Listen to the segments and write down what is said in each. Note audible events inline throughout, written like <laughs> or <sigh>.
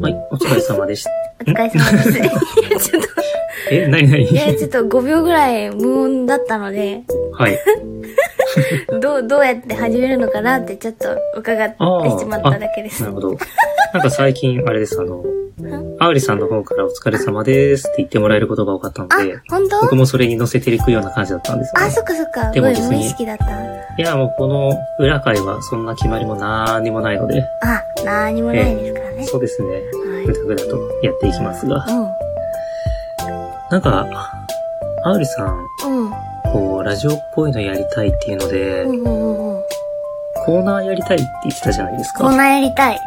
はい、お疲れ様でした。お疲れ様です。ちょっと、え、なになに <laughs> いや、ちょっと5秒ぐらい無音だったので、はい。どう、どうやって始めるのかなってちょっと伺ってあーしまっただけです。なるほど。なんか最近、あれです、あの、あうりさんの方からお疲れ様ですって言ってもらえることが多かったのあで、、本当僕もそれに乗せていくような感じだったんですよあ、ね。そっかそっか。でごもめん別に無意識だった。いや、もうこの裏会はそんな決まりもなーにもないので、あ、なーにもないですからね。そうですね。はいぐだぐだとやっていきますが、なんか、あうりさん、うん。こう、ラジオっぽいのやりたいっていうので、うん。うんうんうんうん。コーナーやりたいって言ってたじゃないですこんか。なやりたい。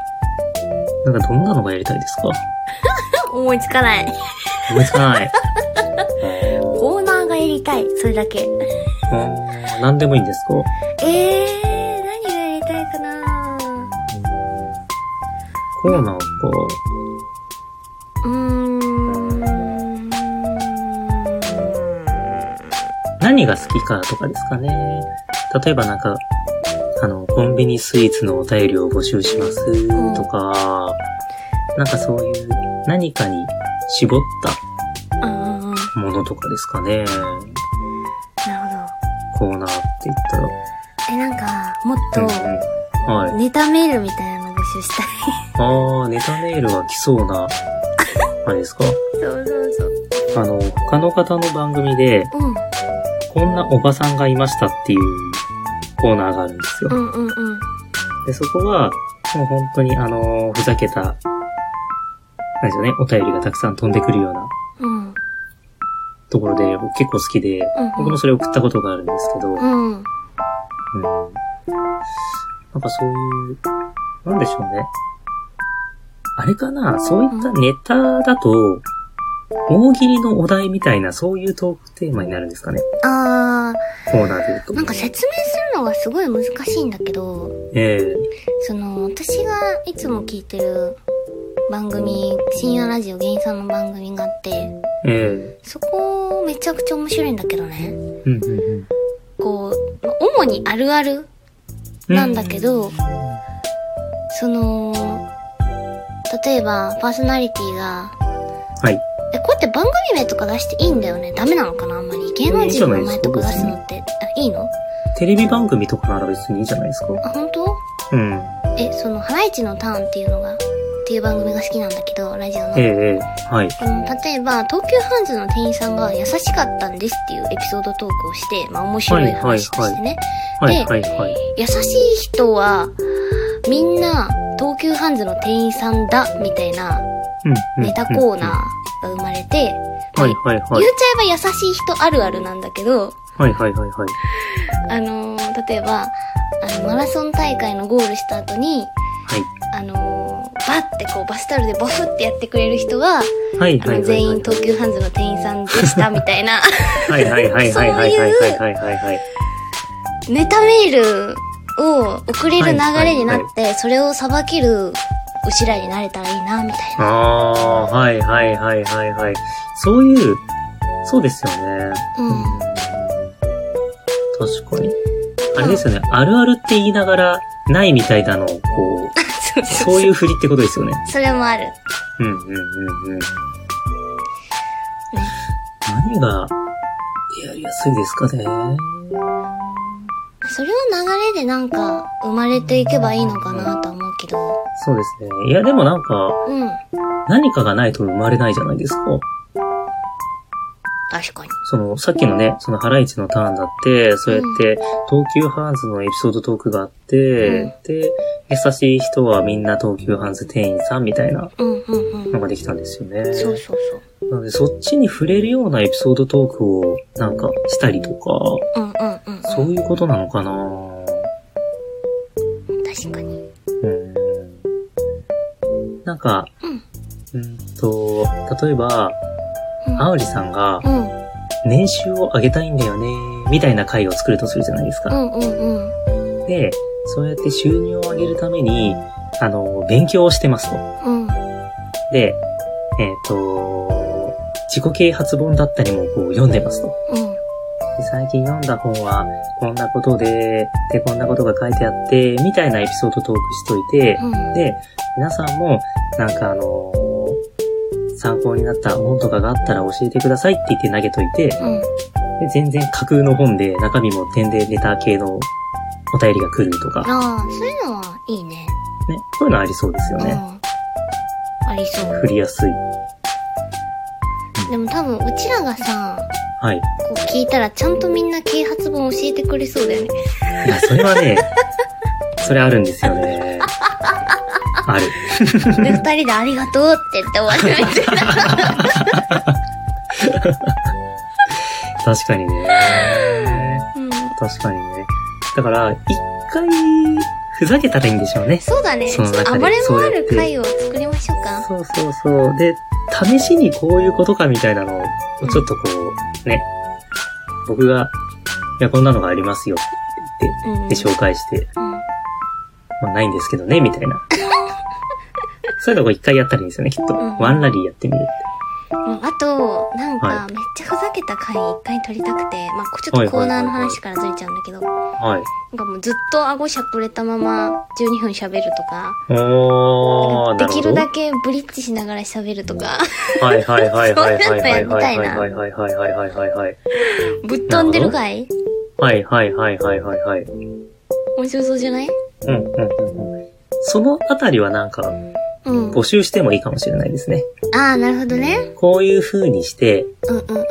なんかどんなのがやりたいですか思いつかない。思いつかない。 <laughs> コーナーがやりたい。それだけ。あー何でもいいんですかえー、何がやりたいかなコーナーか。うーん。何が好きかとかですかね。例えばなんか、あの、コンビニスイーツのお便りを募集しますとか、なんかそういう何かに絞っうんうんうん。たものとかですかね。なるほど。コーナーって言ったら。え、なんか、もっうんと、うんはい。ネタメールみたいなの募集したい。あー、ネタメールは来そうな、あれですか <laughs> そうそうそう。あの、他の方の番組で、うん。こんなおばさんがいましたっていうコーナーがあるんですよう。んうんうん。で、そこは、もう本当にあの、ふざけた、なんですよね、お便りがたくさん飛んでくるようなうん。ところで、僕結構好きで、うん僕もそれ送ったことがあるんですけど、うん。うん。なんかそういう、なんでしょうね。あれかなそういったネタだと、大喜利のお題みたいな、そういうトークテーマになるんですかね。あコーナーで言うとー、。なんか説明するのがすごい難しいんだけど、ええその、私がいつも聞いてる番組、深夜ラジオ芸人さんの番組があって、えそこめちゃくちゃ面白いんだけどね。えうんうんうん。こう、まあ主にあるあるなんだけど、その、例えばパーソナリティが、はい。え、こうやって番組名とか出していいんだよね。ダメなのかなあんまり。芸能人の名前とか出すのって、あ、いいのテレビ番組とかなら別にいいじゃないですか。あ、本当うん。え、その、ハライチのターンっていうのが、っていう番組が好きなんだけど、ラジオの。ええええはい。あの例えば、東急ハンズの店員さんが優しかったんですっていうエピソードトークをして、まあ面白い話としてね。はいではいはい。優しい人は、みんな東急ハンズの店員さんだ、みたいなうんうんネタコーナーが生まれて、ー。はいはい言はっいち。ゃえば優しい人あるあるなんだけど、はいはいはいはい。あのー例えば、あの、マラソン大会のゴールした後に、はい。あのーバッてこうバスタオルでボフってやってくれる人はは、いあはいはいはい。の、全員東急ハンズの店員さんでした、みた <laughs> いな。はいはいはいはいはいはいはいはいはい。ネタメールを送れる流れになって、それを裁けるうちらになれたらいいな、みたいな。あー、はいはいはいはいはい。そういう、そうですよね。うん。 <laughs> 確かに。あれですよね。あるあるって言いながら、ないみたいなのを、こう、そうそうそういう振りってことですよね。それもある。うんうんうんうん。何が、やりやすいですかね。それは流れでなんか生まれていけばいいのかなとは思うけど。そうですね。いや、でもなんか、うん。何かがないと生まれないじゃないですか。確かに。その、さっきのね、そのハライチのターンだって、そうやって、東急ハンズのエピソードトークがあって、うんで、優しい人はみんな東急ハンズ店員さんみたいなうんうんうのん。ができたんですよね。そうそうそなので、そっちに触れるようなエピソードトークを、なんか、したりとか、う。うんうんうん、うん。そういうことなのかな確かに。うんなんか、うんうんと、例えば、うん。あうりさんが、うん年収を上げたいんだよね、みたいな回を作るとするじゃないですか。うんうんうん。で、そうやって収入を上げるために、あの、勉強をしてますと。うん。で、えっ、と、自己啓発本だったりもこう読んでますと。うん。で最近読んだ本は、こんなことで、で、こんなことが書いてあって、みたいなエピソードトークしといて、うん。で、皆さんも、なんかあのー参考になった本とかがあったら教えてくださいって言って投げといて、うん。で全然架空の本で中身も点でネタ系のお便りが来るとか、ね、ああ、そういうのはいいね。こういうのありそうですようね。ん。ありそう。振りやすい。でも多分、うちらがさ、はい。こう聞いたらちゃんとみんな啓発本教えてくれそう <laughs> だよね。いや、それはね、それあるんですよね。ある。で、二人でありがとうって言って終わるみたいな。確かにね。うん。確かにね。だから、一回、ふざけたらいいんでしょうね。そうだね。ち <laughs> そょのっと中で暴れそうや回ってる回を作りましょうか。そうそうそう。で、試しにこういうことかみたいなのを、ちょっとこう、ね。僕が、いや、こんなのがありますよって言って、うん。で、紹介して、うん。まあ、ないんですけどね、み <laughs> たいな。そういうのを一回やったらいいんですよね、きっと。うんワンラリーやってみるって。うんあと、なんはか、めっちゃふざけた回一回撮りたくて、まあ、ちょはいっとコーナーのはいはいはい話からずれちゃうんだけど、なはい。んかもうずっと顎しゃくれたまま12分喋るとか、おー、でなるきほるど。だけブリッジしながら喋るとか、はいはいはいはいはいはいそうはいいうのやはいはいはいはいはいはいはい。 <laughs> ぶっ飛んでる回はいはいはいはいはいはい。うん面白そうじゃないうんうんうん。そのあたりはなんかうん。募集してもいいかもしれないですね。ああ、なるほどね。こういう風にして、うんうんうん。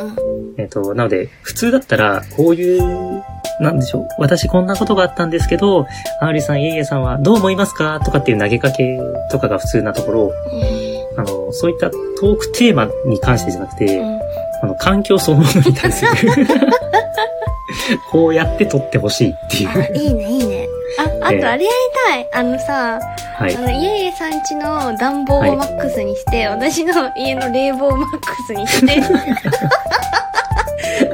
えっと、なので、普通だったら、こういう、なんでしょう。私こんなことがあったんですけど、アーリさん、イエイエさんはどう思いますかとかっていう投げかけとかが普通なところ、あの、そういったトークテーマに関してじゃなくて、うんあの、環境そのものに対する。こうやって撮ってほしいっていう。あいいね、いいね。あ、あええとあれやりたい。あのさ、はあい。の、イエイエさん家の暖房をマックスにして、私の家の冷房をマックス <laughs> にして、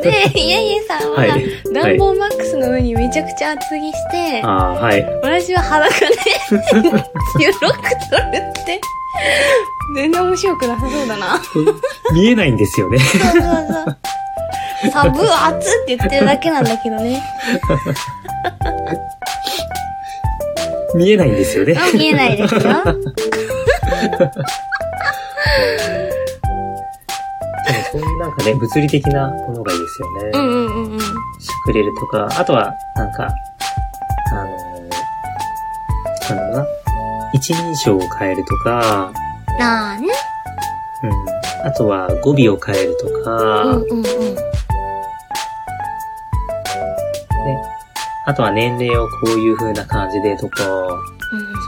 で、イエイエさんははい、暖房マックスの上にめちゃくちゃ厚着して、ああー、はい。私は裸で <laughs> 収録撮るって。全然面白くなさそう <laughs> だな。見えないんですよね。そうそうそう。サブ熱って言ってるだけなんだけどね。見えないんですよね。あ見えな <laughs> いですよ。でもそういうなんかね、物理的なものがいいですよね。うんうんうんうん。しゃくれるとか、あとは、なんか、あのー、なんだろうな。一人称を変えるとか、なあね。うん。あとは語尾を変えるとか、うんうんうん。あとは年齢をこういう風な感じでとか、うん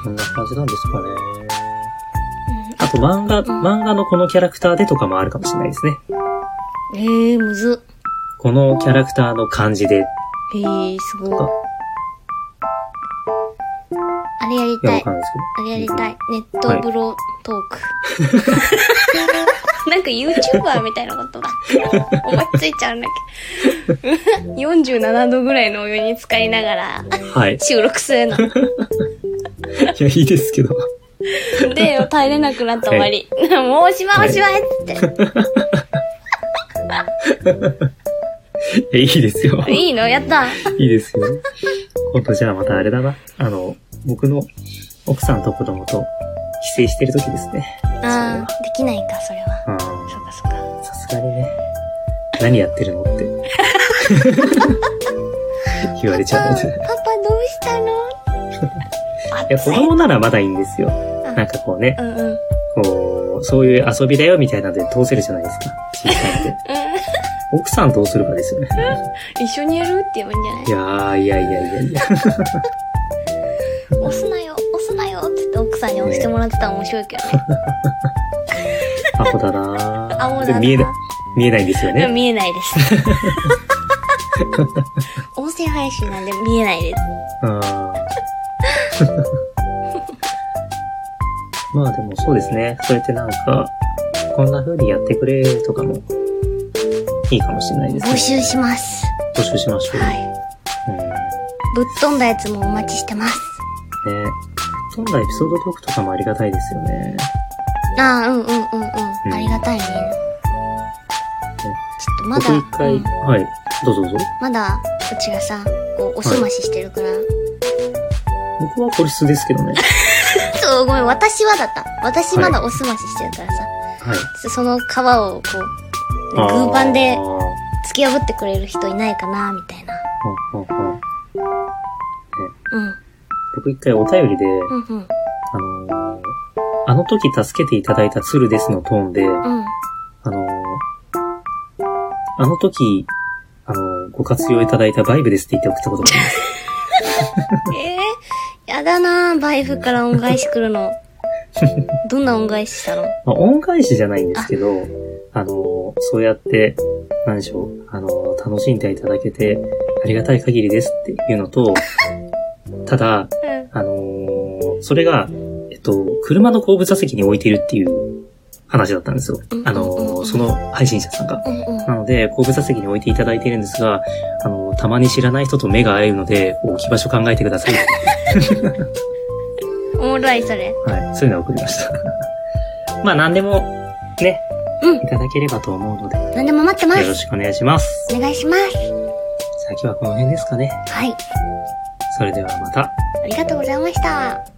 そんな感じなんですかね。あと漫画、漫画のこのキャラクターでとかもあるかもしれないですね。えー、むずっ。このキャラクターの感じで。いえー、すごい。あれやりや、たわい。かんないですあれやりたい。ネットブロトーク。 <laughs> なんか YouTuber みたいなことだ。思いついちゃうんだけ <laughs> ど。47度ぐらいのお湯に浸かりながらけど。はい。い収録するの。や、いいですけど。 <laughs> で、耐えれなくなった終わり。もうおしまいおしまいっつっいや、いいですよ <laughs> て。。いいのや <laughs> った。いいですよ。今度じゃあまたあれだな。あの、僕の奥さんと子供と帰省してる時ですね。あーできないか、それは。うん。そうかそうか。さすがにね。何やってるのって。 <laughs> 言われちゃうんで。パパどうしたの <laughs> いや、子供ならまだいいんですよ。なんかこうね、うんうん。うん。こう、そういう遊びだよみたいなので通せるじゃないですか。小さいんで。奥さんどうするかですよね。一緒にやるって言えばいいんじゃないいやー、いやいやいやいや。押すなよ、押すなよって言って奥さんに押してもらってたら面白 <laughs> いけどね。アホだなー。アホだなで見えない、見えないんですよでもね。見えない <laughs> です。音声配信なんで見えないです。うん。 <laughs> まあでもそうですね。そうやってなんか、こんな風にやってくれとかも、いいかもしれないですね。募集します。募集しましょう。はい。うん。ね。ぶっ飛んだやつもお待ちしてます。そんなエピソードトークとかもありがたいですよね。ああ、うんうんうんうん。うんありがたいね。ちょっとまだ、僕一回、うんはい。どうぞどうぞ。まだ、こっちがさ、こう、おすまししてるから。僕はポリスですけどね。そう、ごめん、私はだった。私まだおすまししてるからさ。はい。そその皮を、こう、あーグーパンで突き破ってくれる人いないかな、みたいな。うんうんうんうん。僕一回お便りで、うんうあん。のーあの時助けていただいた鶴ですのトーンで、うん。あのーあの時、あのーご活用いただいたバイブですって言って送ったことがあります。<laughs> えー、やだなぁ、バイフから恩返し来るの。どんな恩返ししたのまあ、恩返しじゃないんですけど、あのーそうやって、なんでしょう、あのー楽しんでいただけて、ありがたい限りですっていうのと、ただ、うん。あのーそれが、えっと、車の後部座席に置いているっていう話だったんですようん。あのうんうーんその配信者さんが。うんうん。なので、後部座席に置いていただいているんですが、あのーたまに知らない人と目が合えるので、こう置き場所考えてください。おもろい、それ。はい。そういうのを送りました。 <laughs> まあ、何でも、ね、うんいただければと思うので、よなんでも待ってまろす。しくお願いします。お願いします。さあ、今日はこの辺ですかね。はい。それではまた。ありがとうございました。